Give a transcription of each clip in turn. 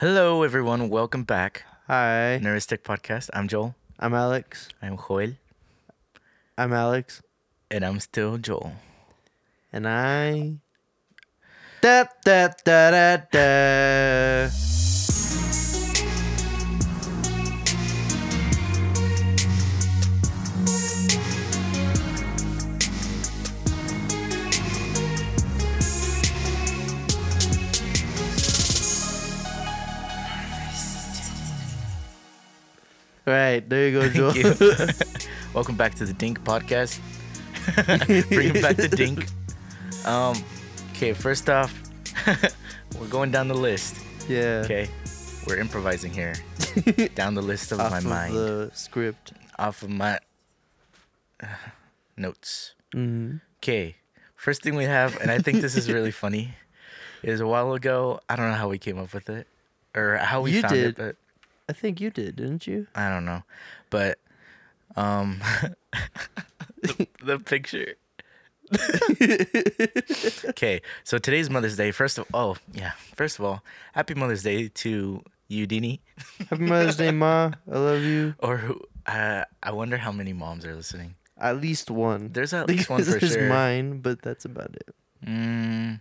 Hello, everyone. Welcome back. Hi, Neuristic Podcast. I'm Joel. I'm Alex. I'm Joel. I'm Alex, And I'm still Joel. and I. Da, da, da, da, da. Right, there you go, Joel. Thank you. Welcome back to the Dink Podcast. Bringing back the Dink. Um, okay, first off, we're going down the list. yeah. Okay. We're improvising here. down the list of Off my of mind. the script. Off of my uh, notes. Mm-hmm. Okay. First thing we have, and I think this is really funny, is a while ago. I don't know how we came up with it or how we You found did. it, but I think you did, didn't you? I don't know. But um, the, the picture. okay, so today's Mother's Day. First of oh yeah, first of all, happy Mother's Day to you, Dini. Happy Mother's Day, Ma. I love you. Or who? Uh, I wonder how many moms are listening. At least one. There's at least one Because for there's sure. mine, but that's about it. Mm,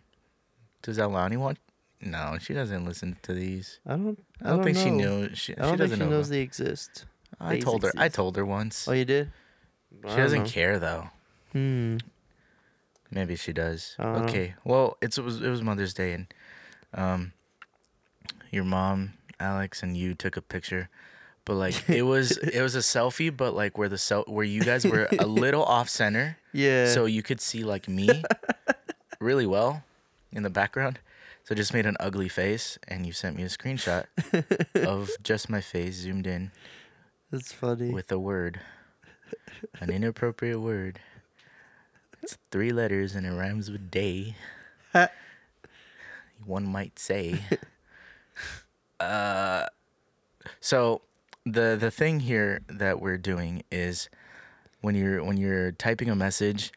does Alani want? No, she doesn't listen to these. I don't. I don't, think she know. knew. She, I don't she think doesn't she know. knows about- they exist. I they told her. I exist. told her once. Oh, you did. she doesn't care though. Hmm. Maybe she does. I don't know. okay. Well, it's, it was it was Mother's Day, and um, your mom, Alex, and you took a picture, but like it was it was a selfie, but like where the cel- where you guys were a little off center, Yeah. so you could see like me really well in the background. So I just made an ugly face, and you sent me a screenshot of just my face zoomed in. that's funny. with a word, an inappropriate word. It's three letters and it rhymes with day. One might say. uh, so the the thing here that we're doing is when you're when you're typing a message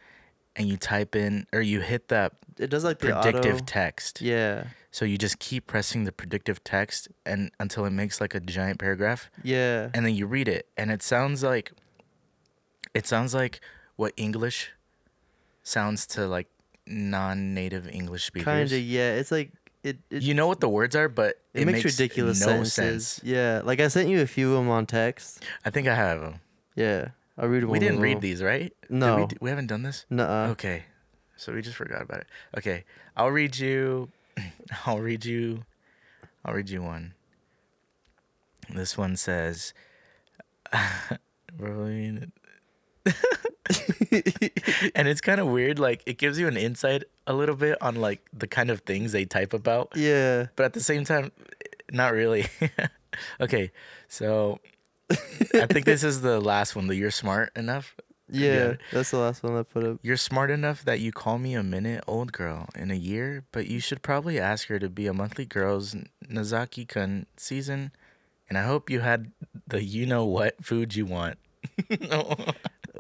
and you type in or you hit that it does like the predictive auto. text. yeah. So you just keep pressing the predictive text and until it makes like a giant paragraph Yeah. and then you read it and it sounds like it sounds like what english sounds to like non-native english speakers Kind of. Yeah. It's like it. It, you know what the words are but it makes, ridiculous no sentences. sense Yeah. Like I sent you a few of them on text. i think i have 'em. Yeah. I read them. we didn't read these right Did we, No. d- we haven't done this Nuh-uh. okay so we just forgot about it okay i'll read you i'll read you i'll read you one this one says Rolling- and it's kind of weird like it gives you an insight a little bit on like the kind of things they type about Yeah. but at the same time not really okay so i think this is the last one the you're smart enough Yeah. That's the last one I put up. you're smart enough that you call me a minute old girl in a year but you should probably ask her to be a monthly girls nazaki kun season and i hope you had the you know what food you want I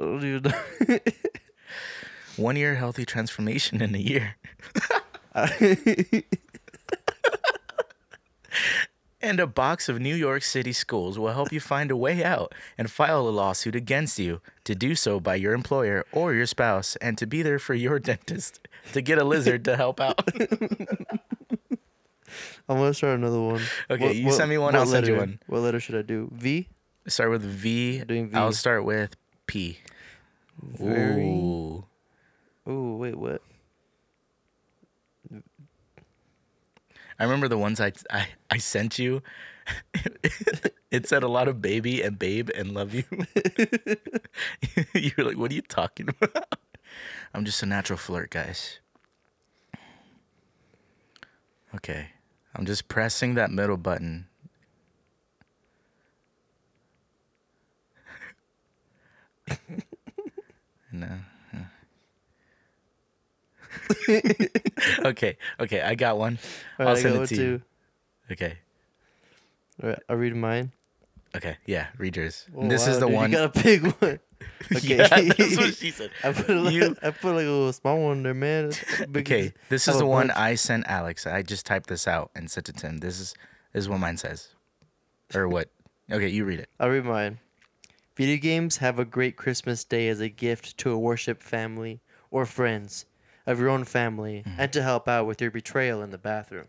don't even know. one year healthy transformation in a year And a box of New York City schools will help you find a way out and file a lawsuit against you to do so by your employer or your spouse and to be there for your dentist to get a lizard to help out. I'm gonna start another one. Okay, you send me one, what I'll send you letter- one. What letter should I do? V. Start with V. Doing V. I'll start with P. Very- Ooh. Oh wait, what? I remember the ones I, I, I sent you. it said a lot of baby and babe and love you. you were like, what are you talking about? I'm just a natural flirt, guys. Okay. I'm just pressing that middle button. no. okay. Okay. I got one. I'll Alright, I send it got one to you. too. Okay. All right, I'll read mine. Okay. Yeah. Read yours. Oh, this is wow, the dude, one. You gotta pick one. Okay. yeah, that's what she said. I put, like, You- I put like a little small one there, man. That's the biggest- Okay, this have is a the one bunch. I sent Alex. I just typed this out and sent it to him. This is is what mine says. Or what? Okay, you read it. I'll read mine. Video games have a great Christmas day as a gift to a worship family or friends of your own family and to help out with your betrayal in the bathroom.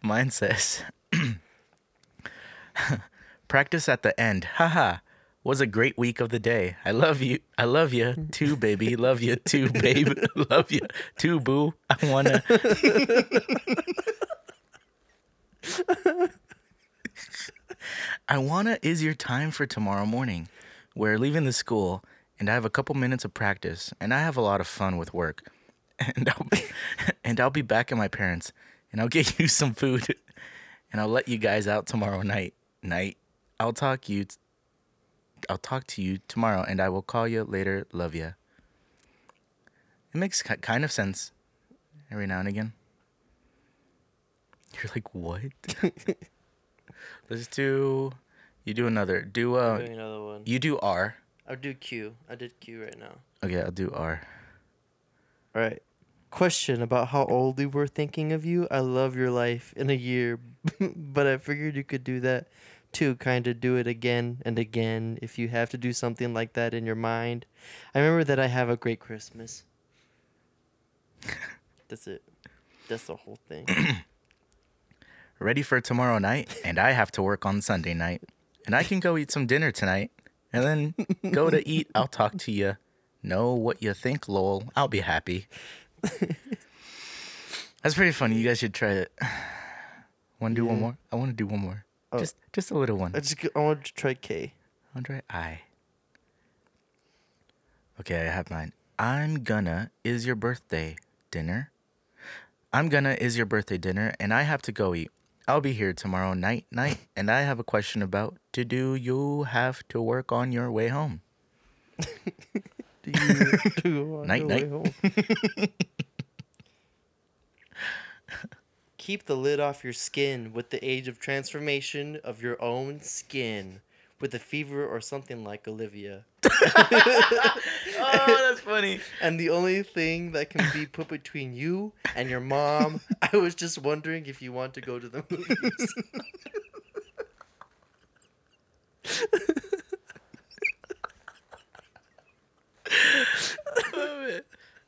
Mine says, "Practice at the end. Haha. Was a great week of the day. I love you. I love you too, baby. Love you too, babe. love you too, boo. I wanna." I wanna is your time for tomorrow morning. We're leaving the school, and I have a couple minutes of practice, and I have a lot of fun with work and I'll be, and I'll be back at my parents, and I'll get you some food, and I'll let you guys out tomorrow night. Night. I'll talk you. T- I'll talk to you tomorrow, and I will call you later. Love ya. It makes ki- kind of sense, every now and again. You're like, what? Let's do. You do another. Do Doing uh. another one. You do R. I'll do Q. I did Q right now. Okay, I'll do R. All right. Question about how old we were thinking of you. I love your life in a year, but I figured you could do that too. Kind of do it again and again if you have to do something like that in your mind. I remember that I have a great Christmas. That's it. That's the whole thing. ready for tomorrow night, and I have to work on Sunday night. And I can go eat some dinner tonight, and then go to eat. I'll talk to you. Know what you think, lol. I'll be happy. That's pretty funny. You guys should try it. Want to do one Yeah. more? I want to do one more. Oh. Just, just a little one. I just I want to try K. I'll try I. Okay, I have mine. I'm gonna is your birthday dinner. I'm gonna is your birthday dinner, and I have to go eat. I'll be here tomorrow night, night, and I have a question about to do you have to work on your way home? Do you do on Night, your night. way home? Keep the lid off your skin with the age of transformation of your own skin with a fever or something like Olivia. Oh, that's funny. And the only thing that can be put between you and your mom, I was just wondering if you want to go to the movies.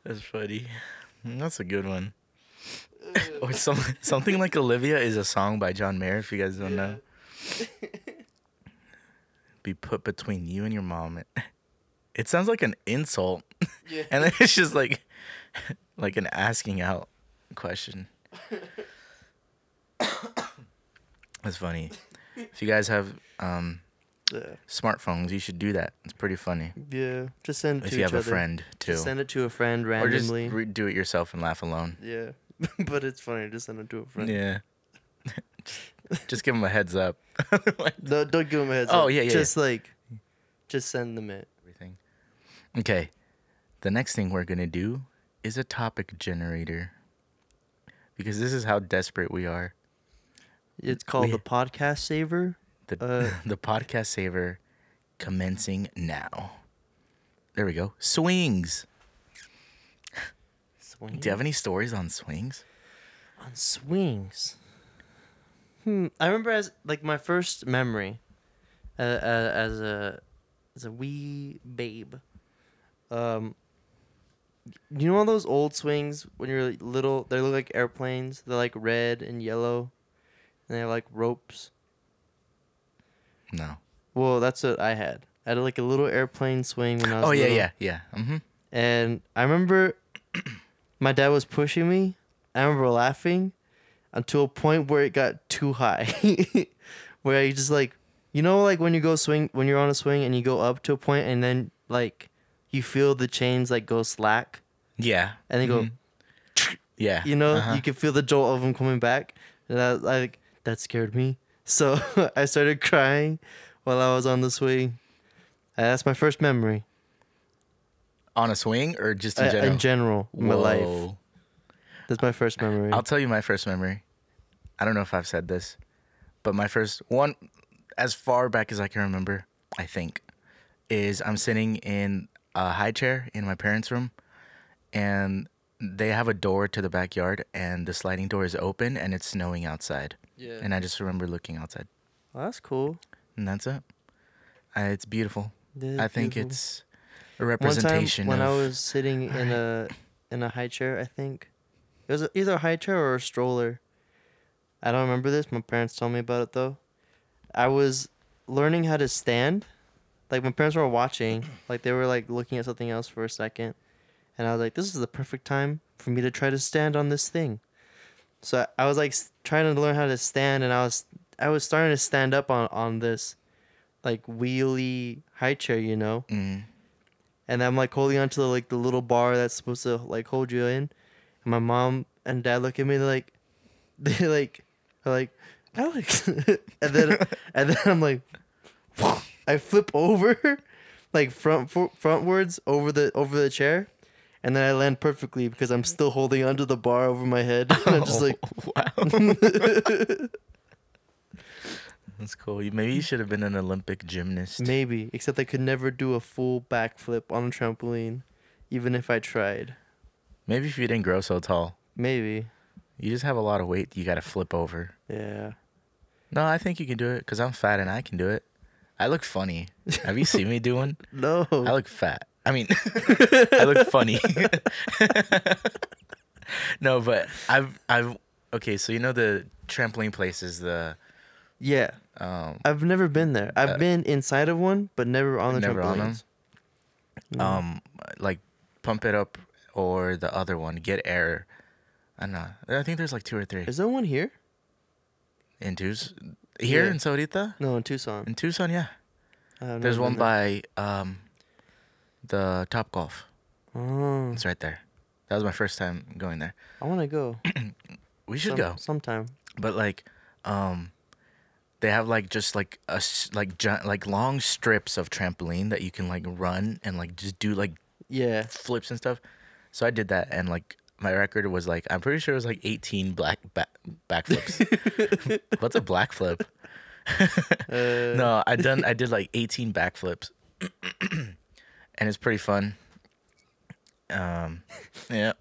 That's funny. That's a good one. Or some, something like Olivia is a song by John Mayer. If you guys don't know, be put between you and your mom. It, it sounds like an insult, Yeah. and then it's just like, like an asking out question. That's funny. If you guys have um, yeah. smartphones, you should do that. It's pretty funny. Yeah. Just send it If to you each have a other. friend too, Just send it to a friend or just randomly. re- do it yourself and laugh alone. yeah. but it's funny. Just send it to a friend. Yeah. just, just give them a heads up. Everything. No, don't give them a heads Oh, up. yeah, yeah, yeah. Just like, just send them it. Okay. The next thing we're going to do is a topic generator. Because this is how desperate we are. It's called We- the podcast saver. The Uh. the podcast saver commencing now. There we go. Swings. Swing Do you have any stories on swings? on swings. Hmm. I remember as like my first memory, uh, uh, as a as a wee babe. Um. You know all those old swings when you're like, little? They look like airplanes. They're like red and yellow, and they're like ropes. No. Well, that's what I had. I had like a little airplane swing when I was Oh yeah, little. yeah, yeah. Mhm. And I remember my dad was pushing me. I remember laughing until a point where it got too high. where I just like, you know, like when you go swing, when you're on a swing and you go up to a point and then like you feel the chains like go slack Yeah. and they go, Mhm. Yeah. you know, Uh-huh. you can feel the jolt of them coming back. And I, I like, that scared me. So I started crying while I was on the swing. And That's my first memory on a swing or just in uh, general? in general in my life. Whoa. That's my first memory. I'll tell you my first memory. I don't know if I've said this, but my first one, as far back as I can remember, I think, is I'm sitting in a high chair in my parents' room, and they have a door to the backyard and the sliding door is open and it's snowing outside. Yeah. And I just remember looking outside. Well, that's cool. And that's it. Uh, it's beautiful. That I is think beautiful. it's a One time representation when I of was sitting in a in a high chair, I think it was either a high chair or a stroller. I don't remember this. My parents told me about it though. I was learning how to stand. Like my parents were watching, like they were like looking at something else for a second, and I was like, "This is the perfect time for me to try to stand on this thing." So I, I was like s- trying to learn how to stand, and I was I was starting to stand up on on this like wheelie high chair, you know Mm. and I'm like holding onto the, like the little bar that's supposed to like hold you in. And my mom and dad look at me they're like they like are like Alex, and then and then I'm like I flip over like front for, frontwards over the over the chair. And then I land perfectly because I'm still holding onto the bar over my head. And I'm just like, wow. That's cool. You- Maybe you should have been an Olympic gymnast. maybe. Except I could never do a full backflip on a trampoline, even if I tried. Maybe if you didn't grow so tall, Maybe. you just have a lot of weight you got to flip over. Yeah. No, I think you can do it because I'm fat and I can do it. I look funny. Have you seen me do one? No. I look fat. I mean, I look funny. no, but I've I've okay. So you know the trampoline place is the Yeah, um I've never been there. I've Uh, been inside of one, but never on the never on trampolines. Mm-hmm. um like pump it up or the other one get air. I don't know. I think there's like two or three Is there one here? in twos here Yeah. in Saudita No, in Tucson. in Tucson. Yeah, I've never there's been one there. by um the Top Golf. Oh, It's right there. That was my first time going there. I want to go. We should some- go. sometime. but like um they have like just like a s- like gi- like long strips of trampoline that you can like run and like just do like Yeah, flips and stuff so i did that and like my record was like i'm pretty sure it was like 18 black back backflips what's a black flip uh, no i done i did like 18 backflips and it's pretty fun um yeah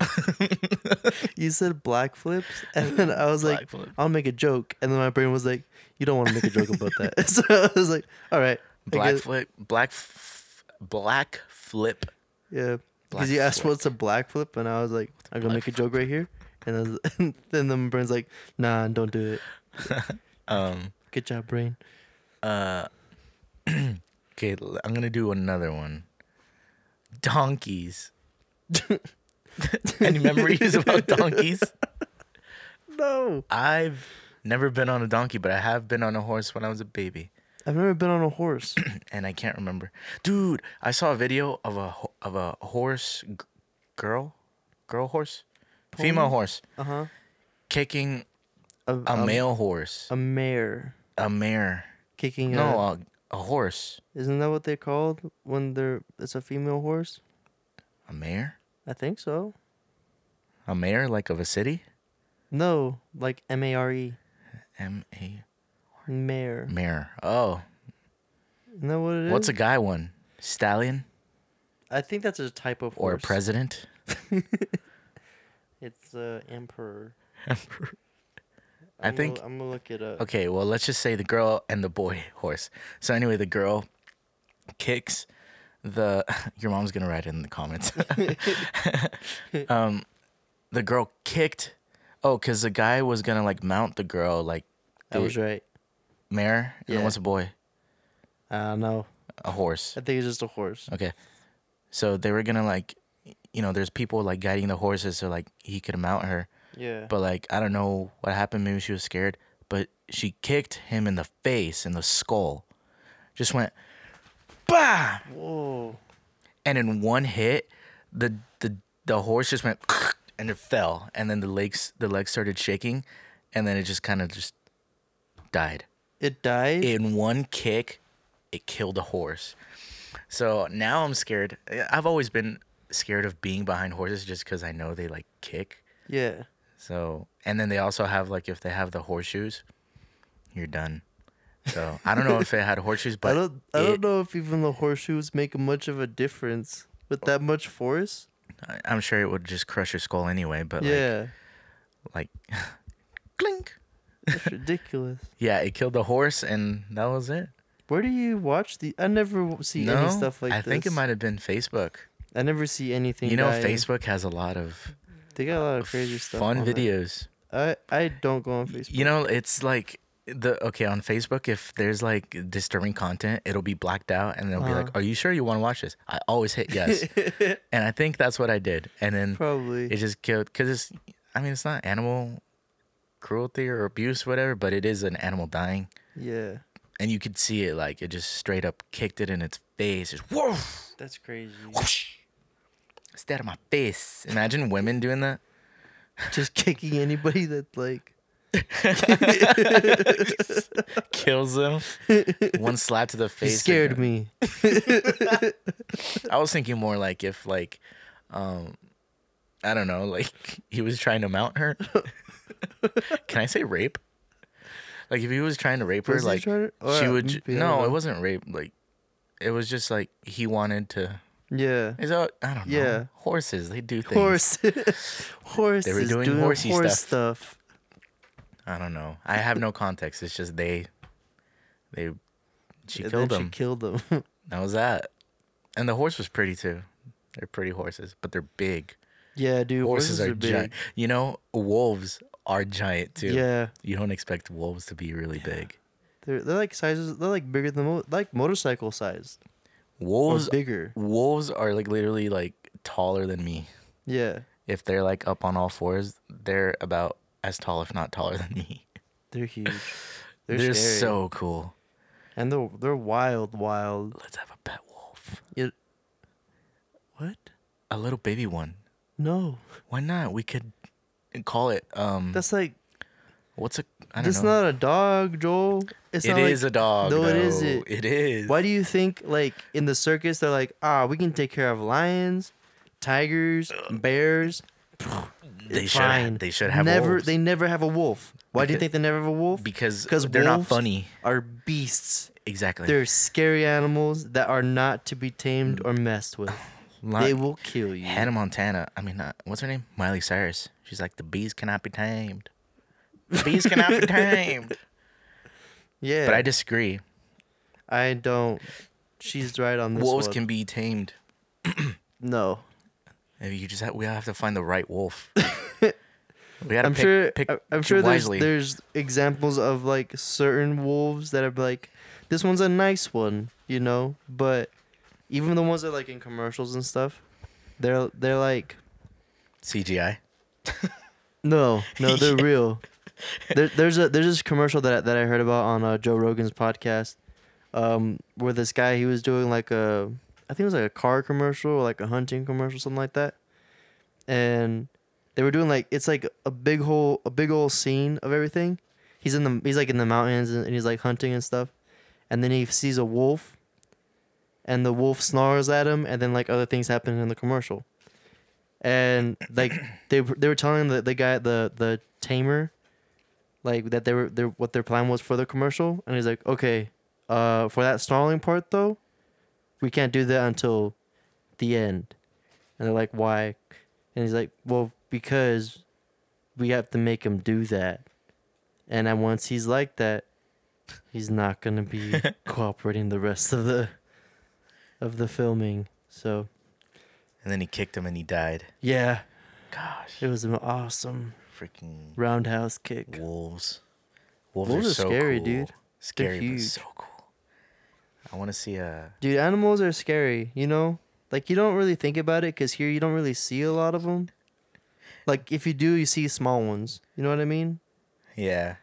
you said black flips, and then I was Black like, flip. I'll make a joke, and then my brain was like, you don't want to make a joke about that. so I was like, all right, I black guess- flip black f- black flip Yeah, Black because you asked flip. what's a black flip, and I was like, I'm gonna black make a joke right here, and, I was, and then the brain's like, nah, don't do it. um Good job, brain. Uh, okay, l- I'm gonna do another one. Donkeys. Any memories about donkeys? No. I've never been on a donkey, but I have been on a horse when I was a baby, I've never been on a horse. and I can't remember. Dude, I saw a video of a ho- of a horse, g- girl, girl horse, female horse Uh huh. kicking a Um, male horse, A mare a mare. kicking. No, uh a, a, a horse, isn't that what they're called when they're? It's a female horse. a mare, I think so. a mare like of a city. No, like M A R E, M A mare. mare. Oh. Isn't that what it is? What's a guy one? Stallion I think that's a type of or horse. president? It's uh, emperor. I I'm think- Gonna, I'm gonna look it up. Okay, well, let's just say the girl and the boy horse. So anyway, the girl kicks the your mom's going to write it in the comments. um the girl kicked oh cuz the guy was going to like mount the girl like I was right. mare and then Yeah. what's a boy? I don't know. A horse. I think it's just a horse. Okay. So they were going to like you know, there's people like guiding the horses so like he could mount her. Yeah. but like I don't know what happened. Maybe she was scared, but she kicked him in the face in the skull. Just went, bah! Whoa. And in one hit, the the the horse just went and it fell, and then the legs the legs started shaking, and then it just kind of just died. It died. In one kick, it killed a horse. So now I'm scared. I've always been scared of being behind horses just because I know they like kick. yeah. So, and then they also have like if they have the horseshoes, you're done. So I don't know if they had horseshoes, but I don't. I it- don't know if even the horseshoes make much of a difference with that much force. I- I'm sure it would just crush your skull anyway, but yeah, like, like, clink. that's ridiculous. Yeah, it killed the horse, and that was it. Where do you watch the? I never w- see no, any stuff like I this. think it might have been Facebook. I never see anything. you know, that I- Facebook has a lot of They got a lot of crazy stuff. fun on there. videos. I I don't go on Facebook. You know, it's like the okay on Facebook. If there's like disturbing content, it'll be blacked out, and they'll be like, Uh-huh. "Are you sure you want to watch this?" I always hit yes, and I think that's what I did. And then Probably. it just killed because it's. I mean, it's not animal cruelty or abuse, whatever, but it is an animal dying, yeah. and you could see it. Like it just straight up kicked it in its face. Just whoa, That's crazy. whoosh, instead of my face. Imagine women doing that. Just kicking anybody that like. Kills them. One slap to the face. You like scared a- me. I was thinking more like if like um I don't know, like he was trying to mount her. Can I say rape? Like if he was trying to rape her, Was he like trying to- oh, she yeah, would maybe, ju- I don't No, know. it wasn't rape, like it was just like he wanted to Yeah. is that I don't know. Yeah. Horses, they do things. Horse. Horse. is doing horsey horse stuff. stuff. I don't know. I have no context. It's just they they she and killed then him. She killed him. that was that. And the horse was pretty too. They're pretty horses, but they're big. yeah, dude. horses, are, big. giant. You know, wolves are giant too. Yeah, You don't expect wolves to be really big. they're they're like sizes. They're like bigger than mo- like motorcycle sized. Or Wolves bigger. wolves are like literally like taller than me. Yeah, If they're like up on all fours, they're about as tall if not taller than me. they're huge. They're, They're, scary. so cool. and they're they're wild, wild. Let's have a pet wolf. You- what? A little baby one. No, Why not? We could call it um that's like what's a I don't that's know. not a dog, Joel. It's It not is like, a dog. No, it though. isn't. It is. Why do you think like in the circus they're like ah we can take care of lions, tigers, bears. Uh, they It's should fine. they should have never. wolves. They never have a wolf. Why do you Because- think they never have a wolf? because 'Cause they're not wolves- funny. Are beasts. Exactly. They're scary animals that are not to be tamed or messed with. Li- they will kill you. Hannah Montana. I mean, uh, what's her name? Miley Cyrus. She's like, the bees cannot be tamed. The bees cannot be tamed. yeah, But I disagree. I don't. She's right on this Wolves one. can be tamed. no. And You just have, we have to find the right wolf. we gotta I'm pick, sure. pick I- I'm pick sure there's, wisely. there's examples of like certain wolves that are like, this one's a nice one, you know. But even the ones that like in commercials and stuff, they're they're like, CGI. no, no, they're real. There, there's a there's this commercial that I- that I heard about on uh, Joe Rogan's podcast, um, where this guy he was doing like a I think it was like a car commercial or like a hunting commercial something like that, and they were doing like it's like a big whole a big old scene of everything. He's in the he's like in the mountains and, and he's like hunting and stuff, and then he sees a wolf, and the wolf snarls at him, and then like other things happen in the commercial, and like they were- they were telling the, the guy the the tamer like that they were their what their plan was for the commercial and he's like okay uh for that snarling part though we can't do that until the end and they're like why and he's like well because we have to make him do that and then once he's like that he's not gonna be cooperating the rest of the of the filming so And then he kicked him and he died. yeah Gosh. it was an awesome Freaking roundhouse kick wolves. Wolves, Wolves are, are so scary, cool. dude. Scary, but huge. so cool. I want to see uh, a. Dude, animals are scary, you know? Like, you don't really think about it because here you don't really see a lot of them. Like, if you do, you see small ones. You know what I mean? Yeah.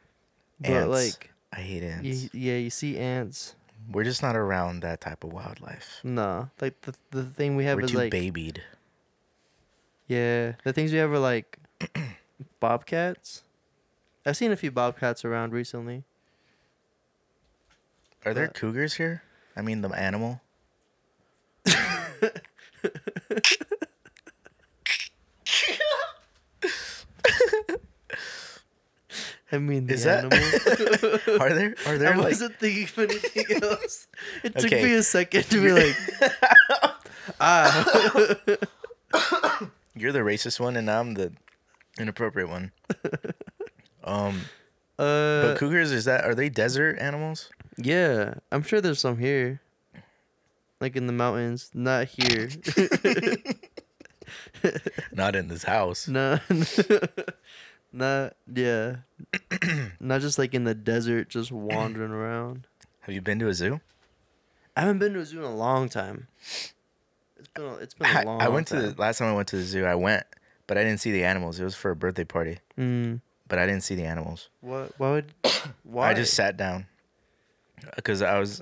But, Ants. like, I hate you, ants. yeah, you see ants. We're just not around that type of wildlife. Nah. Like, the, the thing we have We're is too like. babied. Yeah. The things we have are like bobcats. I've seen a few bobcats around recently. Are there But- cougars here? I mean, the animal. I mean, the Is that- animal. Are there? Are there I like? wasn't thinking of anything else. It took Okay. uh, me a second to be like, ah. You're the racist one, and I'm the inappropriate one. um, Uh, but cougars is that are they desert animals? yeah, I'm sure there's some here, like in the mountains. Not here. Not in this house. no, not yeah. not just like in the desert, just wandering around. Have you been to a zoo? I haven't been to a zoo in a long time. It's been a, it's been I, a long. I went to time. the last time I went to the zoo. I went, but I didn't see the animals. It was for a birthday party, Mm, but I didn't see the animals. what? Why would? Why? I just sat down because I was,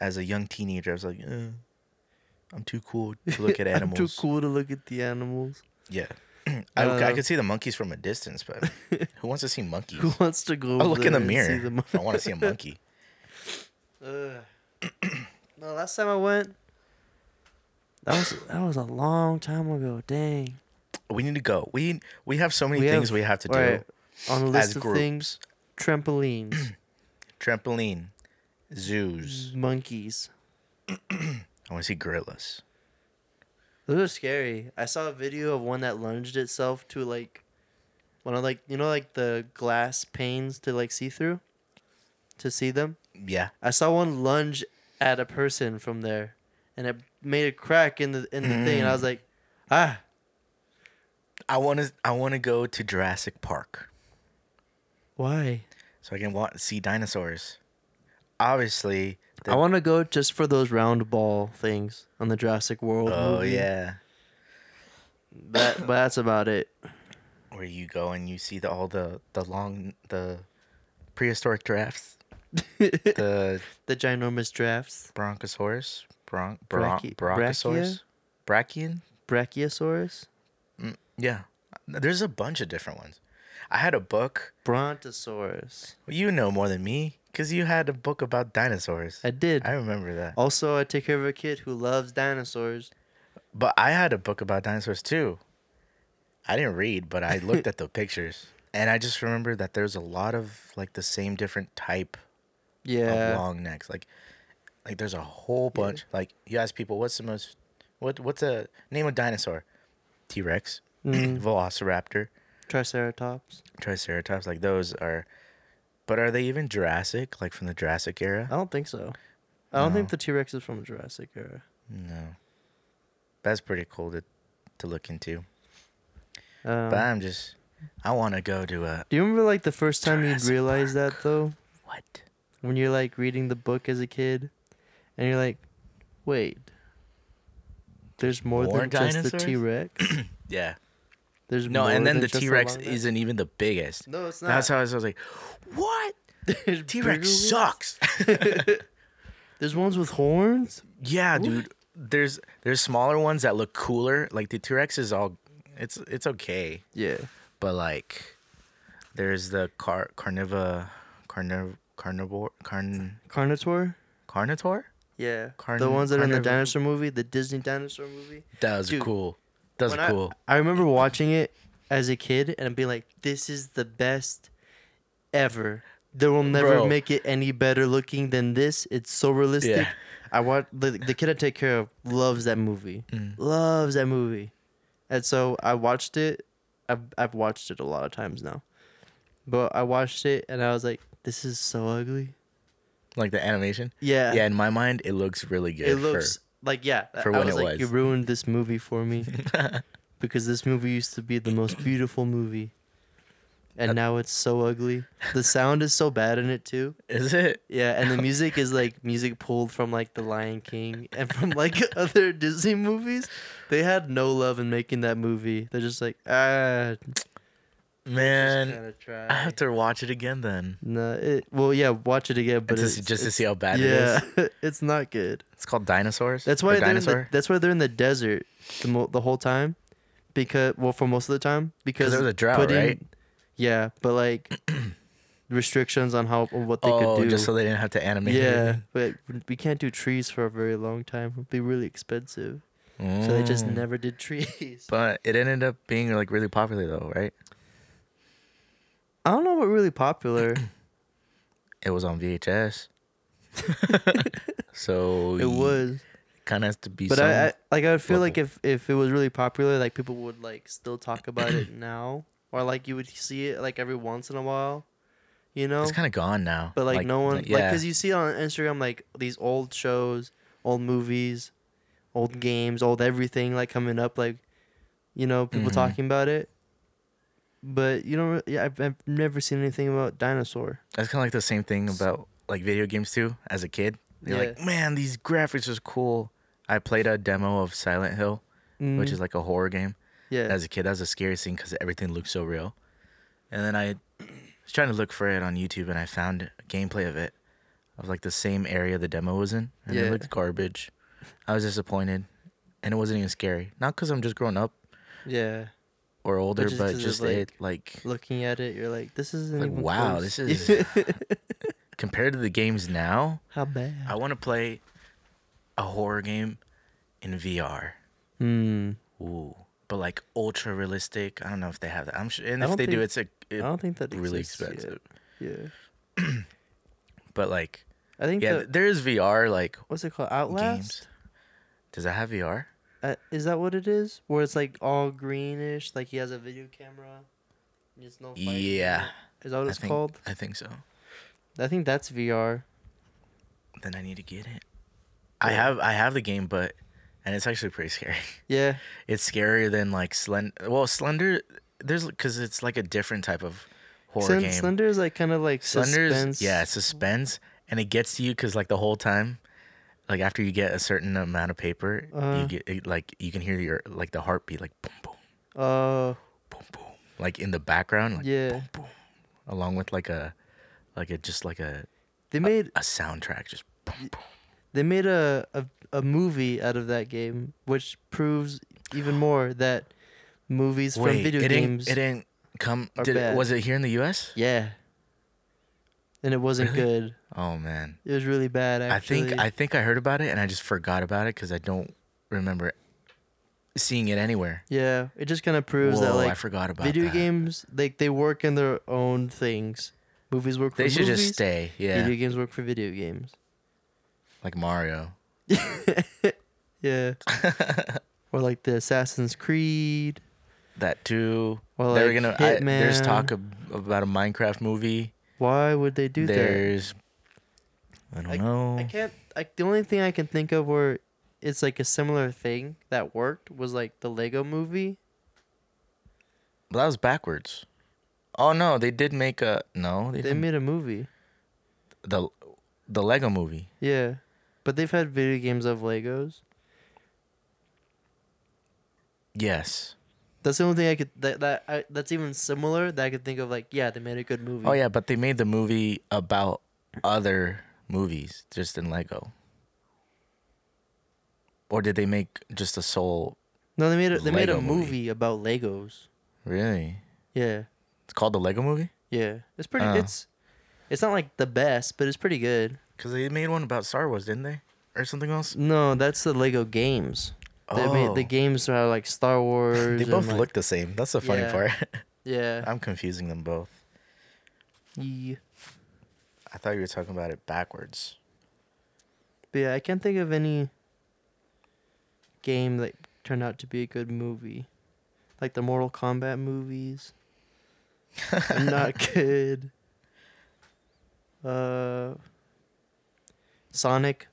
as a young teenager, I was like, eh, I'm too cool to look at animals. I'm too cool to look at the animals. Yeah. I, I Uh, could see the monkeys from a distance, but who wants to see monkeys? Who wants to go? I'll look in the there and see mirror. the if I want to see a monkey. Ugh. no, last time I went, that was that was a long time ago. Dang, We need to go. We we have so many things we have to do. alright, on a as list of things: trampolines, Trampoline, Mm. zoos. monkeys. I want to see gorillas. Those are scary. I saw a video of one that lunged itself to like one of like you know like the glass panes to like see through, to see them. Yeah. I saw one lunge at a person from there, and it made a crack in the in the thing, and I Mm. was like, ah, I want to I want to go to Jurassic Park why? so I can wa see dinosaurs. Obviously. I want to go just for those round ball things on the Jurassic World. Oh movie. yeah. that but that's about it. Where you go and you see the, all the the long the prehistoric giraffes, the the ginormous drafts, Bronchosaurus, bron- bron- Brachy- Bronchosaurus, Brachian. Brachiosaurus, Yeah, there's a bunch of different ones. I had a book. Brontosaurus. You know more than me because you had a book about dinosaurs. I did. Oh. I remember that. also, I take care of a kid who loves dinosaurs. But I had a book about dinosaurs too. I didn't read, but I looked at the pictures, and I just remember that there's a lot of like the same different type of Yeah. long necks. Like, like there's a whole bunch. Like you ask people, what's the most, what what's the name of dinosaur? T Rex, Mm. Velociraptor, Triceratops. Triceratops. Like those are, but are they even Jurassic? Like from the Jurassic era? I don't think so. I don't think the T Rex is from Jurassic era. No. That's pretty cool to, to look into. Um, But I'm just, I want to go to a do you remember like the first time you Jurassic realized that though? what? When you're like reading the book as a kid, and you're like, wait, there's more, More than just the dinosaurs? T Rex. Yeah. There's No, and then more than the just a T Rex long neck? isn't even the biggest. No, it's not. That's how I was, I was like, what? There's T Rex bigger sucks. ones? There's ones with horns. yeah, dude. There's there's smaller ones that look cooler. Like the T Rex is all, it's it's okay, Yeah. but like, there's the car carniva, carniv carnivore carn Carnotaur. carnitor. Yeah. Carn- the ones that are in the carniv- dinosaur movie, the Disney dinosaur movie. That was Dude, cool. That was When I- cool. I, remember watching it as a kid and being like, "This is the best ever. They will never Bro. make it any better looking than this. It's so realistic." Yeah. I want the, the kid I take care of loves that movie. Mm. Loves that movie, and so I watched it. I've I've watched it a lot of times now, but I watched it and I was like, "This is so ugly." like the animation. Yeah. Yeah, in my mind, it looks really good. it for- looks like yeah. for I when was it like, you was. ruined this movie for me because this movie used to be the most beautiful movie, and now it's so ugly. The sound is so bad in it too. Is it? Yeah, and the music is like music pulled from like The Lion King and from like other Disney movies. They had no love in making that movie. They're just like ah, Man, gotta try. I have to watch it again then. no, it, well, yeah, watch it again, but To it's, see- just to it's- see how bad it yeah, is. it's not good. It's called Dinosaurs. That's or why they're in the, dinosaur. that's why they're in the desert the, mo- the whole time, because well for most of the time because there was a drought, putting- right? Yeah, but like restrictions on how on what they oh, could do. just so they didn't have to animate. yeah, it. but we can't do trees for a very long time. It'd be really expensive, so they just Mm. never did trees. But it ended up being like really popular though, right? I don't know what really popular. It was on VHS. so it was kind of has to be. But some, I, I like I would feel like if if it was really popular, like people would like still talk about it now, or like you would see it like every once in a while, you know. it's kind of gone now. um, but like, no one, like 'cause like yeah. because you see on Instagram like these old shows, old movies, old games, old everything like coming up, like you know people Mhm. talking about it. But you don't. re- Yeah, I've, I've never seen anything about dinosaur. That's kind of like the same thing about like video games too. As a kid, you're like, man, these graphics is cool. I played a demo of Silent Hill, which Mhm. is like a horror game. yeah. As a kid, that was a scary scene because everything looked so real. And then I was trying to look for it on YouTube, and I found gameplay of it of like the same area the demo was in, and Yeah. it looked garbage. I was disappointed, and it wasn't even scary. Not because I'm just grown up yeah. or older, just but 'cause of, just like, it like Looking at it, you're like, this isn't Like, even wow, close. this is- compared to the games now. how bad. I want to play a horror game in VR. Hmm. Ooh, but like ultra realistic. I don't know if they have that. I'm sure, and I if don't they do, think- it's a I it, don't think that really exists yet. expensive. Yeah. But like, I think yeah, the, th- there is VR like what's it called? Outlast. games. Does that have VR? Uh, is that what it is? Where it's like all greenish, like he has a video camera. and It's no lights in Yeah, it. Is that what I it's think- called? I think so. I think that's VR. Then I need to get it. I have I have the game, but and it's actually pretty scary. Yeah. It's scarier than like Slender. Well, Slender, there's because it's like a different type of horror Slen- game. Slender is like kind of like Slender's suspense. yeah suspense, and it gets to you because like the whole time, like after you get a certain amount of paper, Uh-huh. you get it, like you can hear your like the heartbeat like boom boom Uh. boom boom like in the background like Yeah. boom boom, along with like a like a just like a They made a soundtrack just boom boom. they made a, a a movie out of that game, which proves even more that movies from Wait, video it games. didn't it didn't come are did it, bad. was it here in the U.S. yeah. And it wasn't good. Oh man, It was really bad. Actually. I think I think I heard about it and I just forgot about it because I don't remember seeing it anywhere. Yeah, it just kind of proves that Whoa, I like forgot about video that. games, like they work in their own things. Movies work for They should movies. just stay. Yeah. Video games work for video games. like Mario. Yeah. or like the Assassin's Creed. That too. Well, They're like gonna. I, there's Hitman. talk ab- about a Minecraft movie. Why would they do there's. I don't know. that? I can't. Like the only thing I can think of where it's like a similar thing that worked was like the Lego Movie. But that was backwards. Oh no, they did make a no. They, They didn't. made a movie. the the Lego movie. Yeah, but they've had video games of Legos. Yes. That's the only thing I could that that I, that's even similar that I could think of. Like, yeah, they made a good movie. Oh yeah, but they made the movie about other movies just in Lego. Or did they make just a soul? No, they made a, they made a Lego movie. movie. about Legos. Really? Yeah, It's called the Lego movie. yeah. It's pretty. Oh. It's it's not like the best, but it's pretty good. Cause they made one about Star Wars, didn't they? Or something else. No, that's the Lego games. They made the games are like Star Wars. Oh. They and, both like- look the same. That's the funny Yeah. part. Yeah. I'm confusing them both. yeah. I thought you were talking about it backwards. But yeah, I can't think of any game that turned out to be a good movie. Like the Mortal Kombat movies. They're not good. Uh Sonic.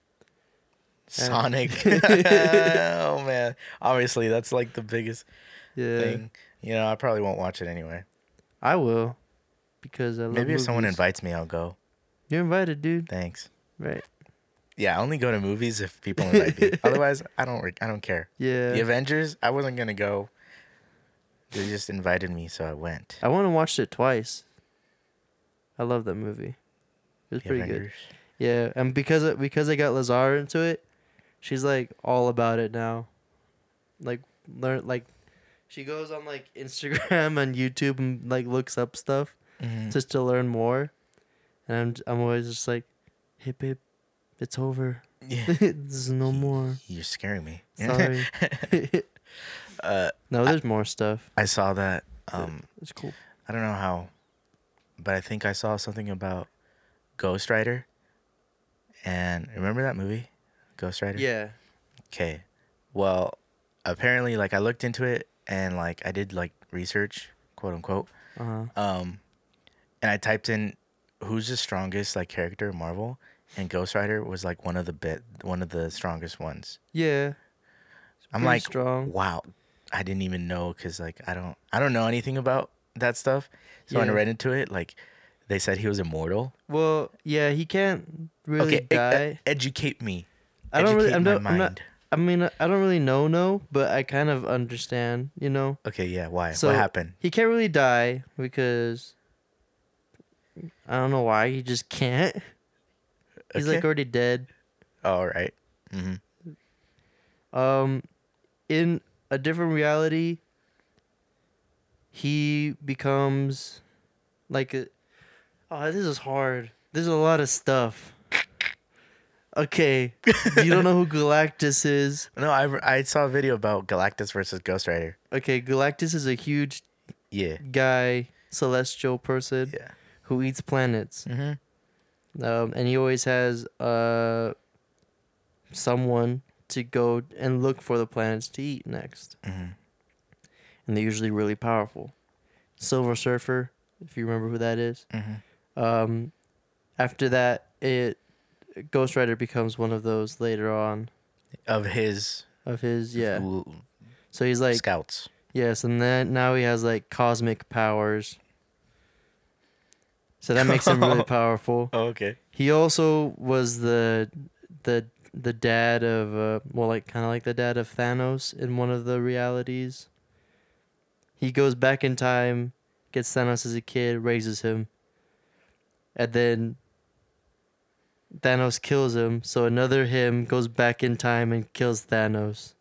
Sonic. oh man. Obviously that's like the biggest Yeah. thing. You know, I probably won't watch it anyway. I will. Because I love Maybe if someone movies. invites me, I'll go. You're invited, dude. Thanks. Right. Yeah, I only go to movies if people invite me. Otherwise, I don't re- I don't care. Yeah. The Avengers, I wasn't going to go. They just invited me, so I went. I went and watched it twice. I love that movie. It was The pretty good. Avengers. Yeah, and because because I got Lazar into it, she's like all about it now. Like learn like she goes on like Instagram and YouTube and like looks up stuff Mhm. just to learn more. And I'm I'm always just like, hip hip, it's over. Mm-hmm. Yeah. There's no more. You're scaring me. Sorry. Uh, no, there's more stuff. I saw that um It's cool. I don't know how, but I think I saw something about Ghost Rider. And remember that movie, Ghost Rider? Yeah. Okay. Well, apparently, like I looked into it and like I did like research, quote unquote. Uh huh. Um, and I typed in who's the strongest like character in Marvel, and Ghost Rider was like one of the bit one of the strongest ones. Yeah. I'm Pretty like, strong. wow, I didn't even know because like I don't I don't know anything about that stuff. So when I Yeah. read into it, like they said he was immortal. Well, yeah, he can't really okay, e- e- die. educate me. I don't really. educate I'm my not, I'm not. mind. I mean, uh, I don't really know, no, but I kind of understand. You know. Okay, yeah. Why? So what happened? He can't really die because I don't know why. He just can't. He's like Okay. already dead. All right. Mm-hmm. Um, in a different reality, he becomes like a. Oh, this is hard. There's a lot of stuff. Okay, you don't know who Galactus is. No, I, re- I saw a video about Galactus versus Ghost Rider. Okay, Galactus is a huge Yeah. guy, celestial person Yeah. who eats planets. Mm-hmm. Um, and he always has uh, someone to go and look for the planets to eat next. Mhm. And they're usually really powerful. Silver Surfer, if you remember who that is. Mhm. Um, after that, it Ghost Rider becomes one of those later on Of his of his. Yeah. l- So he's like scouts. Yes, and then now he has like cosmic powers. So that makes him really powerful. Oh, okay. He also was the the the dad of uh, well like kind of like the dad of Thanos in one of the realities. He goes back in time, gets Thanos as a kid, raises him. And then Thanos kills him, so another him goes back in time and kills Thanos.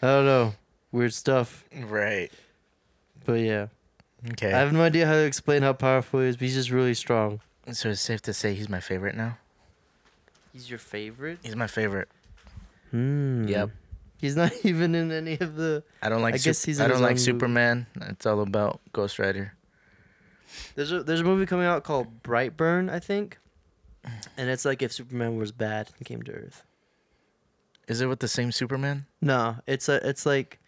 I don't know. Weird stuff. Right. But yeah, Okay. I have no idea how to explain how powerful he is, but he's just really strong. so it's safe to say he's my favorite now. He's your favorite? He's my favorite. Hmm. Yep. He's not even in any of the. I don't like. I Sup- guess he's in I don't his like own movie. Superman. It's all about Ghost Rider. There's a there's a movie coming out called Brightburn, I think, and it's like if Superman was bad and came to Earth. Is it with the same Superman? No, it's a it's like,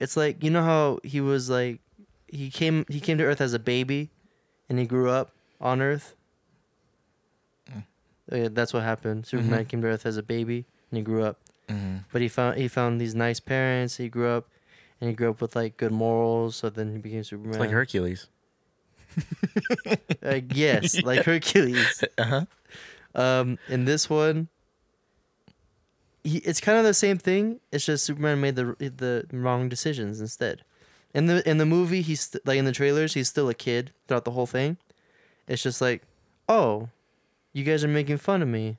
it's like you know how he was like, he came he came to Earth as a baby, and he grew up on Earth. Mm. Oh, Yeah, that's what happened. Superman came to Earth as a baby and he grew up. Mm-hmm. but he found he found these nice parents. He grew up, and he grew up with like good morals. So then he became Superman. Like Hercules. Uh, yes, like Hercules. Uh huh. Um, in this one, he, it's kind of the same thing. It's just Superman made the the wrong decisions instead. In the in the movie, he's st- like in the trailers, he's still a kid throughout the whole thing. It's just like, oh, you guys are making fun of me,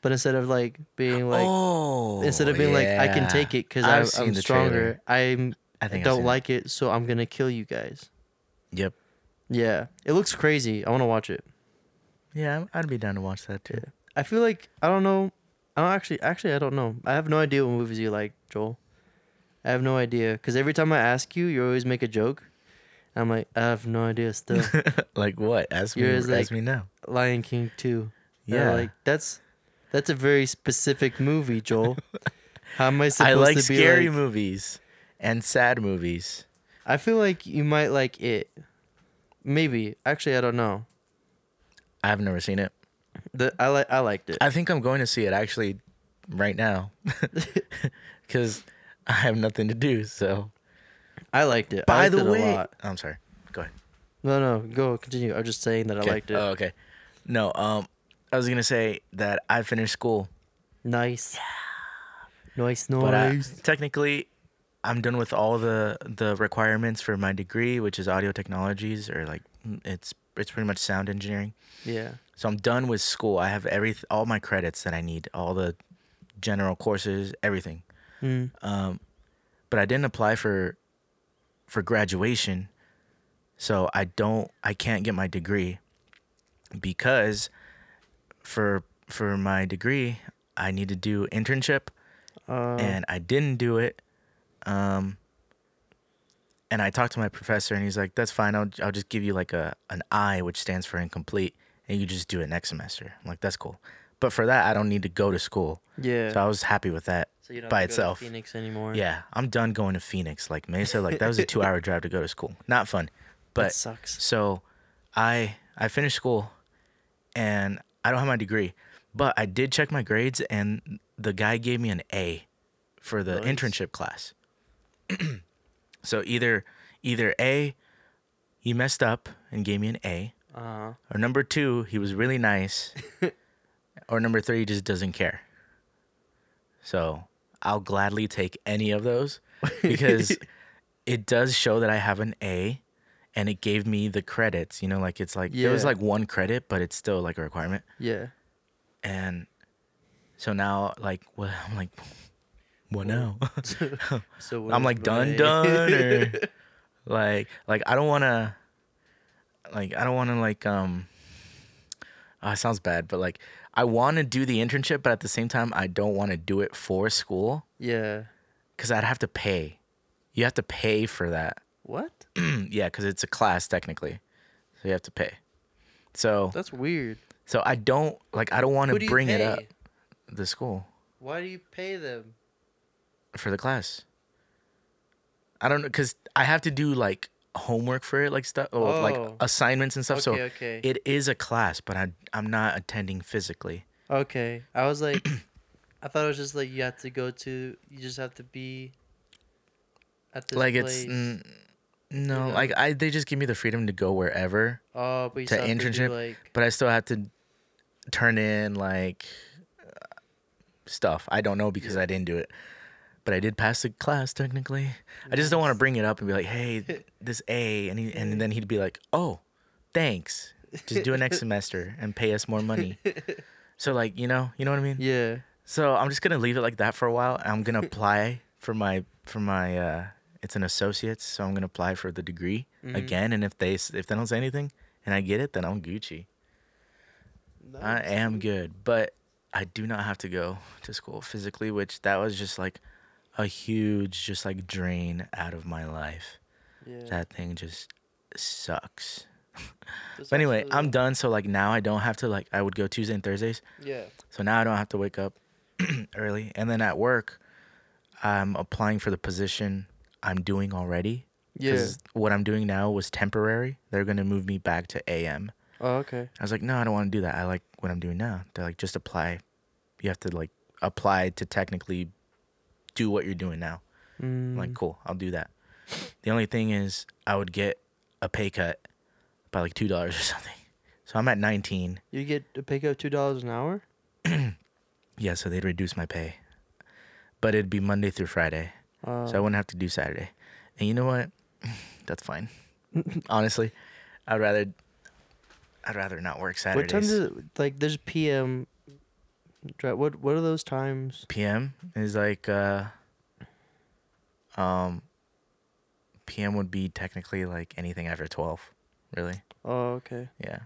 but instead of like being like. oh. Instead of being like, I can take it because I'm seen the trailer. stronger. I'm I I, think I've don't seen it. like it. so I'm gonna kill you guys. Yep. Yeah, it looks crazy. I want to watch it. Yeah, I'm- I'd be down to watch that too. I feel like I don't know. I don't actually. Actually, I don't know. I have no idea what movies you like, Joel. I have no idea because every time I ask you, you always make a joke. I'm like, I have no idea. Still, like what? Ask me. Yours, ask like- me now. Lion King two. Yeah. Yeah, like that's that's a very specific movie, Joel. How am I supposed I like to be scary like? movies and sad movies. I feel like you might like it. Maybe actually, I don't know. I've never seen it. The, I like I liked it. I think I'm going to see it actually right now because I have nothing to do. So, I liked it. I by liked the it a way, lot. I'm sorry. Go ahead. No, no, go continue. I'm just saying that I Okay. liked it. Oh, okay. No, um, I was gonna say that I finished school, nice. Nice, but uh, I, nice. technically, I'm done with all the the requirements for my degree, which is audio technologies, or like mm, it's it's pretty much sound engineering. yeah. So I'm done with school. I have every all my credits that I need, all the general courses, everything. Mm. Um, but I didn't apply for for graduation, so I don't I can't get my degree because for for my degree I need to do internship Uh, and I didn't do it. Um, and I talked to my professor, and he's like, "That's fine. I'll I'll just give you like a an I, which stands for incomplete, and you just do it next semester." I'm like, "That's cool," But for that, I don't need to go to school. Yeah. So I was happy with that So you don't have by to go to itself. Phoenix anymore. Yeah, I'm done going to Phoenix. Like Mesa, like that was a two hour drive to go to school. Not fun. But that sucks. so I I finished school and I don't have my degree, but I did check my grades and the guy gave me an A for the Nice. internship class. so either either A he messed up and gave me an A, Uh huh. or number 2 he was really nice, or number 3 he just doesn't care. So, I'll gladly take any of those because it does show that I have an A and it gave me the credits, you know, like it's like it was Yeah. like one credit, but it's still like a requirement. yeah. And so now like well I'm like what now? So what I'm is like done my- done or like like I don't wanna like I don't wanna like um uh, it sounds bad, but like I wanna do the internship, but at the same time I don't wanna do it for school yeah. because I'd have to pay. You have to pay for that. What? yeah, because it's a class technically, so you have to pay. So That's weird. so I don't like I don't want Who to do you bring it pay? up the school Why do you pay them? for the class. I don't know because I have to do like homework for it, like stuff or like Oh. assignments and stuff. so Okay, okay. it is a class, but I I'm not attending physically. Okay. I was like, I thought it was just like you have to go to, you just have to be at this like place. it's mm, no, know? like I they just give me the freedom to go wherever, oh, but you to still have to do internship, like, but I still have to turn in like stuff. I don't know because I didn't do it, but I did pass the class technically. I just don't want to bring it up and be like, "Hey, this A," and he, and then he'd be like, "Oh, thanks. Just do it next semester and pay us more money." So like you know you know what I mean. yeah. So I'm just gonna leave it like that for a while. I'm gonna apply for my for my uh, it's an associate's, so I'm gonna apply for the degree Mm-hmm. again. And if they s- if they don't say anything and I get it, then I'm Gucci. I am good, but I do not have to go to school physically, which that was just like a huge, just like drain out of my life. Yeah. That thing just sucks. That's But anyway, actually- I'm done. So like now I don't have to like I would go Tuesday and Thursdays. Yeah. So now I don't have to wake up early. And then at work, I'm applying for the position I'm doing already. Yeah. what I'm doing now was temporary. They're gonna move me back to AM. Oh, okay. I was like, no, I don't want to do that. I like what I'm doing now. They're like, just apply. You have to like apply to technically do what you're doing now. I'm Mm-hmm. Mm. like, cool, I'll do that. The only thing is, I would get a pay cut by like two dollars or something. So I'm at 19. You get to pick up two dollars an hour. Yeah, so they'd reduce my pay, but it'd be Monday through Friday, Uh, so I wouldn't have to do Saturday. And you know what? That's fine. Honestly, I'd rather. I'd rather not work Saturdays. what time does it, like? There's PM. dri- What What are those times? PM is like uh um PM would be technically like anything after 12, really. Oh, okay. Yeah.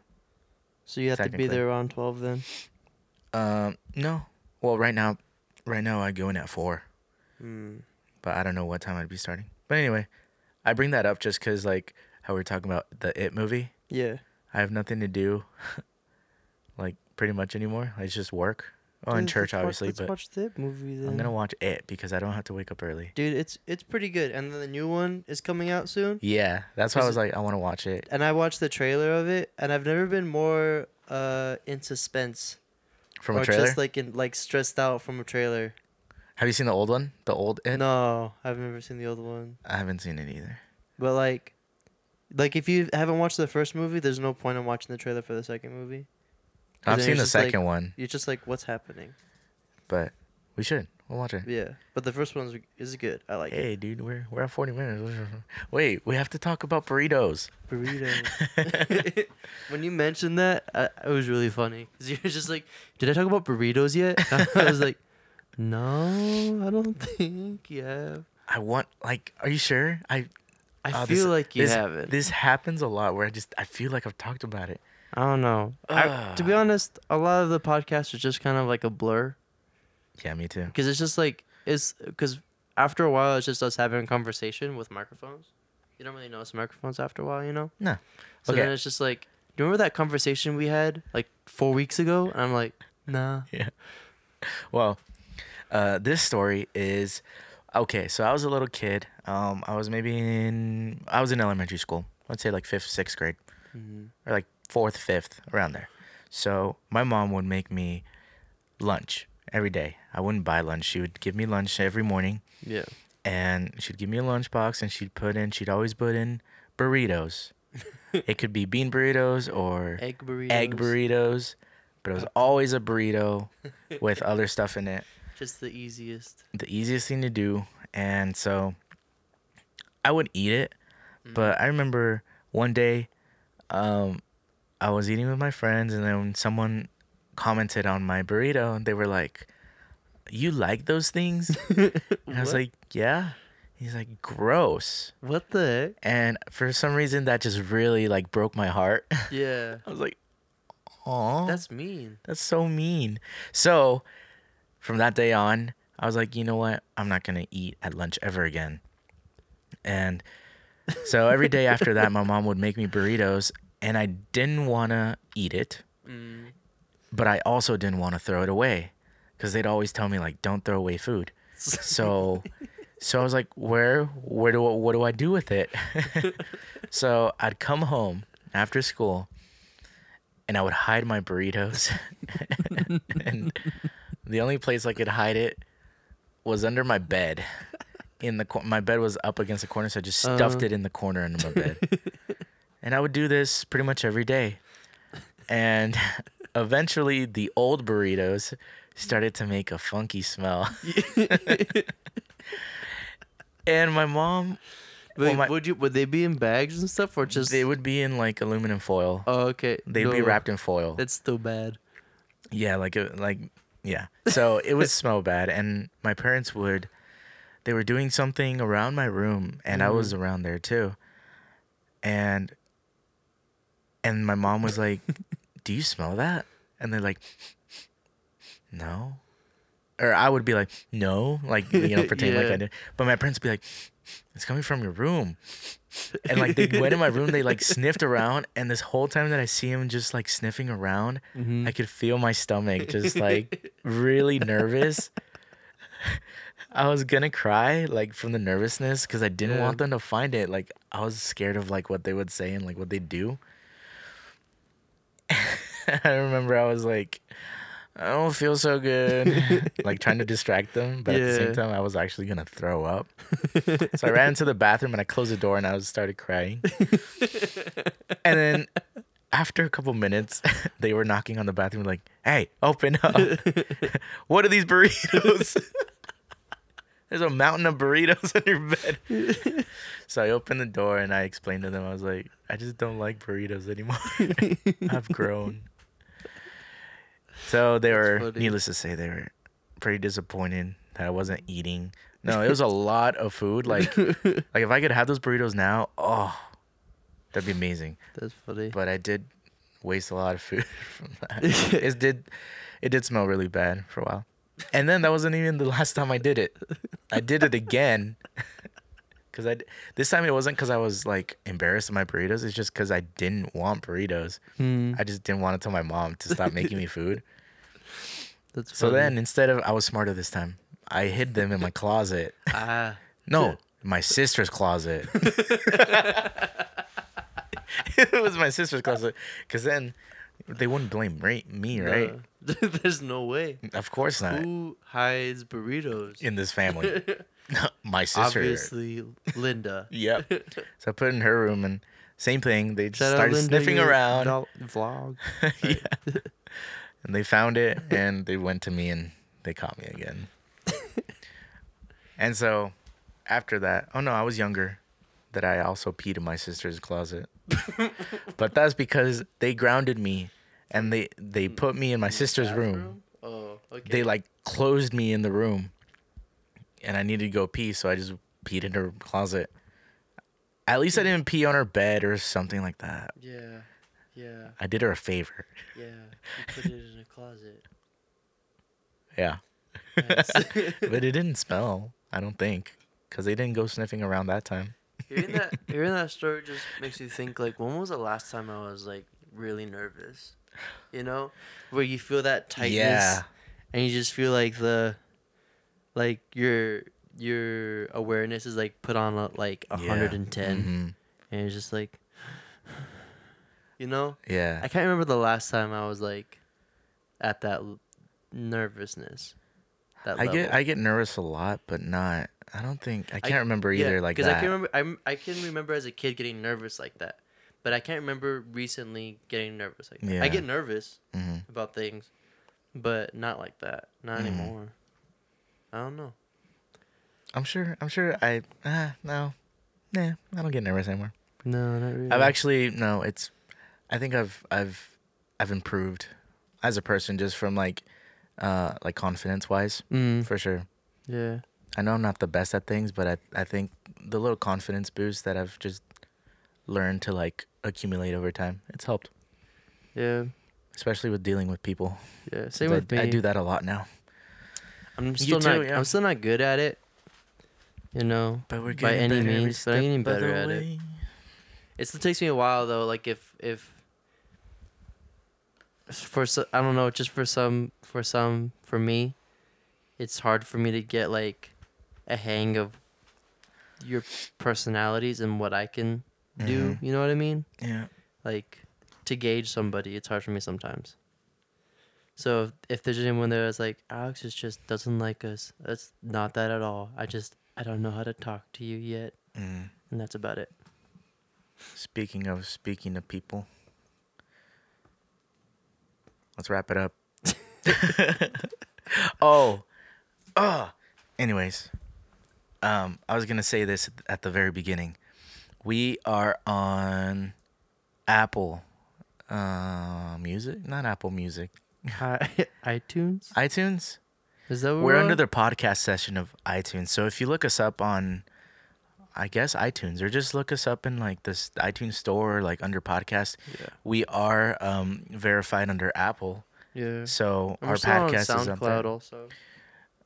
So you have to be Technically. there around twelve then. Um no. Well, right now right now I go in at 4, Mm. but I don't know what time I'd be starting. But anyway, I bring that up just cuz like how we are talking about the It movie. Yeah. I have nothing to do like pretty much anymore. It's just work. Oh, Dude, and let's church watch- obviously, let's but watch that movie then. I'm going to watch It because I don't have to wake up early. Dude, it's it's pretty good, and then the new one is coming out soon. Yeah, that's why I Is was it- like I want to watch it. And I watched the trailer of it, and I've never been more uh in suspense From a or trailer. just like in like stressed out from a trailer. Have you seen the old one? The old it? No, uh, I've never seen the old one. I haven't seen it either. But like, like if you haven't watched the first movie, there's no point in watching the trailer for the second movie. 'Cause I've then seen you're the just like- second one, You're just like, what's happening? but we should. We'll watch it. Yeah, but the first one is good. I like it. Hey, dude, we're we're at 40 minutes. Wait, we have to talk about burritos. Burritos. when you mentioned that, I, it was really funny. Cause you're just like, did I talk about burritos yet? I was like, no, I don't think you have. I want like, are you sure? I I oh, feel this- like you this- haven't. This happens a lot where I just I feel like I've talked about it. I don't know. I, to be Ugh. honest, a lot of the podcasts are just kind of like a blur Yeah, me too. because it's just like it's because after a while it's just us having a conversation with microphones. You don't really notice microphones after a while, you know. No. So Okay. then it's just like, do you remember that conversation we had like four weeks ago? And I'm like, Nah. yeah. Well, uh, this story is okay. So I was a little kid. Um, I was maybe in I was in elementary school. I'd say like fifth, sixth grade, or like fourth, fifth, around there. So my mom would make me lunch every day. I wouldn't buy lunch. She would give me lunch every morning, Yeah. and she'd give me a lunchbox, and she'd put in. She'd always put in burritos. it could be bean burritos or Egg burritos. egg burritos, but it was always a burrito with other stuff in it. Just the easiest. The easiest thing to do. And so I would eat it, Mm-hmm. but I remember one day um, I was eating with my friends, and then someone commented on my burrito, and they were like, You like those things? and I was What? like, Yeah. He's like, Gross. What the And for some reason, that just really like broke my heart. heck? Yeah. I was like, Aw. That's mean. That's so mean. So from that day on, I was like, you know what? I'm not going to eat at lunch ever again. And so every day after that, my mom would make me burritos, and I didn't want to eat it, Mm. but I also didn't want to throw it away because they'd always tell me, like, don't throw away food. So. So I was like, where, where do, what do I do with it? so I'd come home after school, and I would hide my burritos. and the only place I could hide it was under my bed. In the cor- my bed was up against the corner, so I just stuffed Uh. it in the corner under my bed. and I would do this pretty much every day. And eventually, the old burritos started to make a funky smell. and my mom, Wait, Well, my- would you? Would they be in bags and stuff, or just? they would be in like aluminum foil. Oh, okay. They'd be No, wrapped in foil. That's still bad. Yeah, like a, like yeah. So it would smell bad, and my parents would. They were doing something around my room, and I was around there too, and. And my mom was like, "Do you smell that?" And they're like, "No," or I would be like, "No," like you know, pretend like Yeah. I did. But my parents would be like, "It's coming from your room," and like they went in my room, they like sniffed around, and this whole time that I see him just like sniffing around, Mm-hmm. I could feel my stomach just like really nervous. I was gonna cry like from the nervousness because I didn't Yeah. want them to find it. Like I was scared of like what they would say and like what they do. I remember I was like, I don't feel so good, like trying to distract them, but at the Yeah. same time I was actually gonna throw up. So I ran into the bathroom and I closed the door and I was started crying. and then after a couple minutes, they were knocking on the bathroom like, "Hey, open up! what are these burritos? There's a mountain of burritos on your bed." so I opened the door and I explained to them. I was like, "I just don't like burritos anymore. I've grown." So they That's were, funny. needless to say, they were pretty disappointed that I wasn't eating. No, it was a lot of food. Like, like if I could have those burritos now, oh, that'd be amazing. That's funny. But I did waste a lot of food from that. it did, it did smell really bad for a while, and then that wasn't even the last time I did it. I did it again, cause I d- this time it wasn't cause I was like embarrassed of my burritos. It's just cause I didn't want burritos. Hmm, I just didn't want to tell my mom to stop making me food. that's So funny. then instead of I was smarter this time. I hid them in my closet. Ah. No, my sister's closet. it was my sister's closet because then they wouldn't blame ra- me, right? no. There's no way. Of course not. Who hides burritos? In this family, my sister. Obviously, Linda. Yep. So I put it in her room and same thing. They just Shout out started Linda, sniffing your around. vo- vlog. yeah. and they found it and they went to me and they caught me again. and so after that, oh no, I was younger that I also peed in my sister's closet. but that's because they grounded me and they they put me in my sister's room. Oh, okay. They like closed me in the room and I needed to go pee, so I just peed in her closet. At least I didn't pee on her bed or something like that. yeah, yeah, I did her a favor. yeah. You put it in a closet. Yeah. Nice. but it didn't smell. I don't think, because they didn't go sniffing around that time. hearing that, hearing that story just makes you think. Like, when was the last time I was like really nervous. You know, where you feel that tightness, Yeah. and you just feel like the, like your your awareness is like put on uh, like a Yeah. Mm-hmm. hundred and ten, and it's just like, you know, Mhm. Yeah. I can't remember the last time I was like, at that l- nervousness. That I get level. I get nervous a lot, but not. I don't think I can't remember Yeah, either. like 'cause that. I can remember I'm, I can remember as a kid getting nervous like that, but I can't remember recently getting nervous like that. Yeah. I get nervous Mhm. about things, but not like that. Not Mm-hmm. anymore. I don't know. I'm sure. I'm sure. I uh, no, nah. I don't get nervous anymore. No, not really. I've actually no. It's. I think I've I've I've improved as a person just from like, uh, like confidence wise Mm, for sure. yeah. I know I'm not the best at things, but I I think the little confidence boost that I've just learned to like accumulate over time, it's helped, Yeah. especially with dealing with people. Yeah. Since Same with I, me. I do that a lot now. I'm still too, not. yeah. I'm still not good at it. You know, But we're by getting any better every means, but I'm step getting of the better at it. way. It still takes me a while though. Like if if for so, I don't know, just for some for some for me, it's hard for me to get like a hang of your personalities and what I can do. Mhm. You know what I mean? Yeah. Like to gauge somebody, it's hard for me sometimes. So if, if there's anyone there that's like Alex is just doesn't like us, that's not that at all. I just I don't know how to talk to you yet, Mm. and that's about it. Speaking of speaking to people, let's wrap it up. oh, oh. Anyways, um, I was gonna say this at the very beginning. We are on Apple uh, Music, not Apple Music, I, iTunes. iTunes. Is that what We're under on? the podcast session of iTunes. So if you look us up on, I guess iTunes, or just look us up in like this iTunes store, or like under podcast, yeah we are um, verified under Apple. yeah. So And our we're still on podcast is on SoundCloud there. also,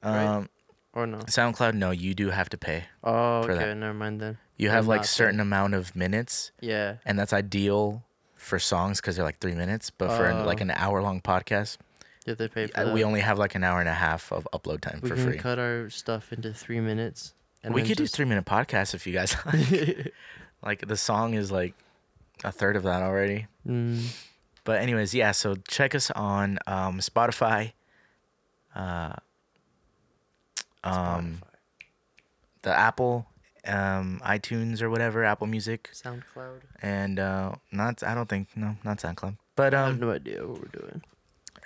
right? Um, or no? SoundCloud, no, you do have to pay. Oh, for okay, that. never mind then. You We're have like not certain amount of minutes, Yeah, and that's ideal for songs because they're like three minutes. But for an, like Oh. an hour long podcast, yeah, they pay for uh, that. we only have like an hour and a half of upload time we for can free. cut our stuff into three minutes. we then could just- do three minute podcasts if you guys like the song is like a third of that already Mm, but anyways yeah so check us on um spotify uh um the apple um itunes or whatever apple music Spotify. SoundCloud. and uh not i don't think no not soundcloud but I have um no idea what we're doing.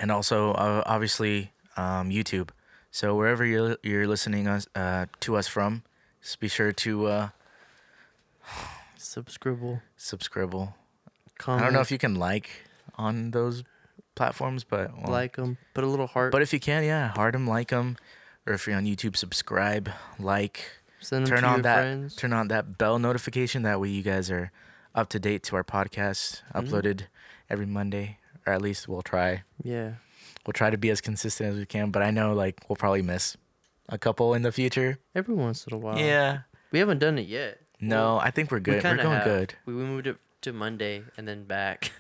and also uh, obviously um youtube so wherever you're you're listening us uh to us from just be sure to uh Subscribble. subscribe Comment. I don't know if you can like on those platforms, but well, like them. Put a little heart. But if you can, yeah, heart them, like them, or if you're on YouTube, subscribe, like, Send 'em turn to on your that, friends. turn on that bell notification. That way, you guys are up to date to our podcast, Mm-hmm. uploaded every Monday, or at least we'll try. yeah. We'll try to be as consistent as we can. But I know, like, we'll probably miss a couple in the future. Every once in a while. Yeah. We haven't done it yet. No, I think we're We good. We are kinda going have. good. We, we moved it to Monday and then back.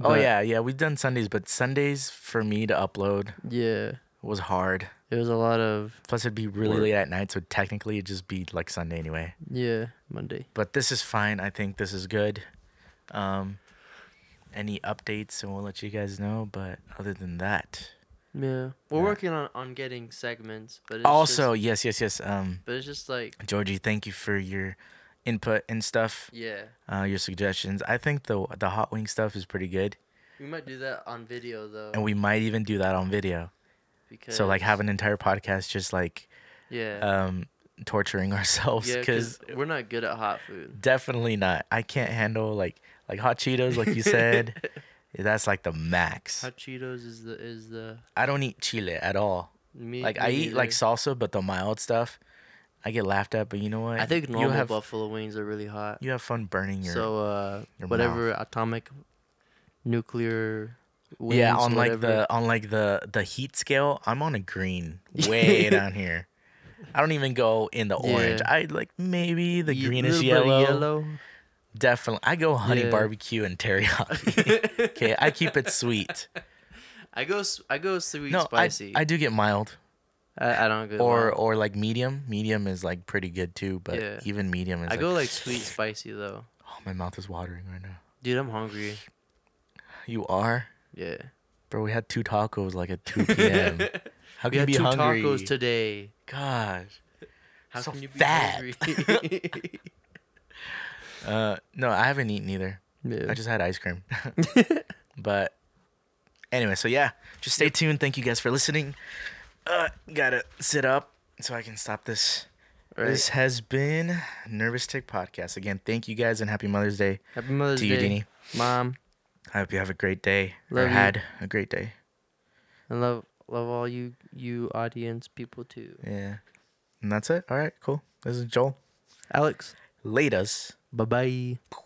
oh But- yeah, yeah. We've done Sundays, but Sundays for me to upload Yeah. was hard. It was a lot of Plus, it'd be really Work. late at night, so technically it'd just be like Sunday anyway. yeah Monday. But this is fine. I think this is good. Um, any updates, and we'll let you guys know. But other than that, Yeah, we're Yeah. working on on getting segments, but it's also just, yes, yes, yes. Um, but it's just like Georgie, thank you for your input and stuff. yeah, Uh, your suggestions. I think the the hot wing stuff is pretty good, we might do that on video though. and we might even do that on video. because, So like have an entire podcast just like yeah um torturing ourselves yeah because because we're not good at hot food. Definitely not. I can't handle like like hot Cheetos, like you said. that's like the max. Hot Cheetos is the is the I don't eat chile at all. me. Like me I eat like neither. salsa, but the mild stuff, I get laughed at. But you know what? I think You normal have, buffalo wings are really hot. You have fun burning your. so uh, your whatever atomic, nuclear. Wings, yeah, on like whatever, the on like the the heat scale, I'm on a green, way down here. I don't even go in the orange. Yeah. I like maybe the ye- greenish little bit of yellow, yellow. Definitely. I go honey Yeah. barbecue and teriyaki. okay, I keep it sweet. I go s- I go sweet no, I, spicy. I do get mild I, I don't go or wild. or like medium. Medium is like pretty good too, but Yeah. even medium is I like, go like sweet spicy though. oh, my mouth is watering right now. Dude, I'm hungry. You are? Yeah. Bro, we had two tacos like at 2 p.m. How We can you had be two hungry? tacos today. Gosh. How So can you be fat. hungry? Uh, no, I haven't eaten either. yeah. I just had ice cream. but anyway, so yeah, just stay tuned. Thank you guys for listening. Uh, gotta sit up so I can stop this. All right. This has been Nervous Tick Podcast. Again, thank you guys and happy Mother's Day. Happy Mother's to you, Day, Dini. Mom. I hope you have a great day or Love you. had a great day. I love love all you you audience people too. Yeah. And that's it. All right, cool. This is Joel. Alex, Laters. bye bye.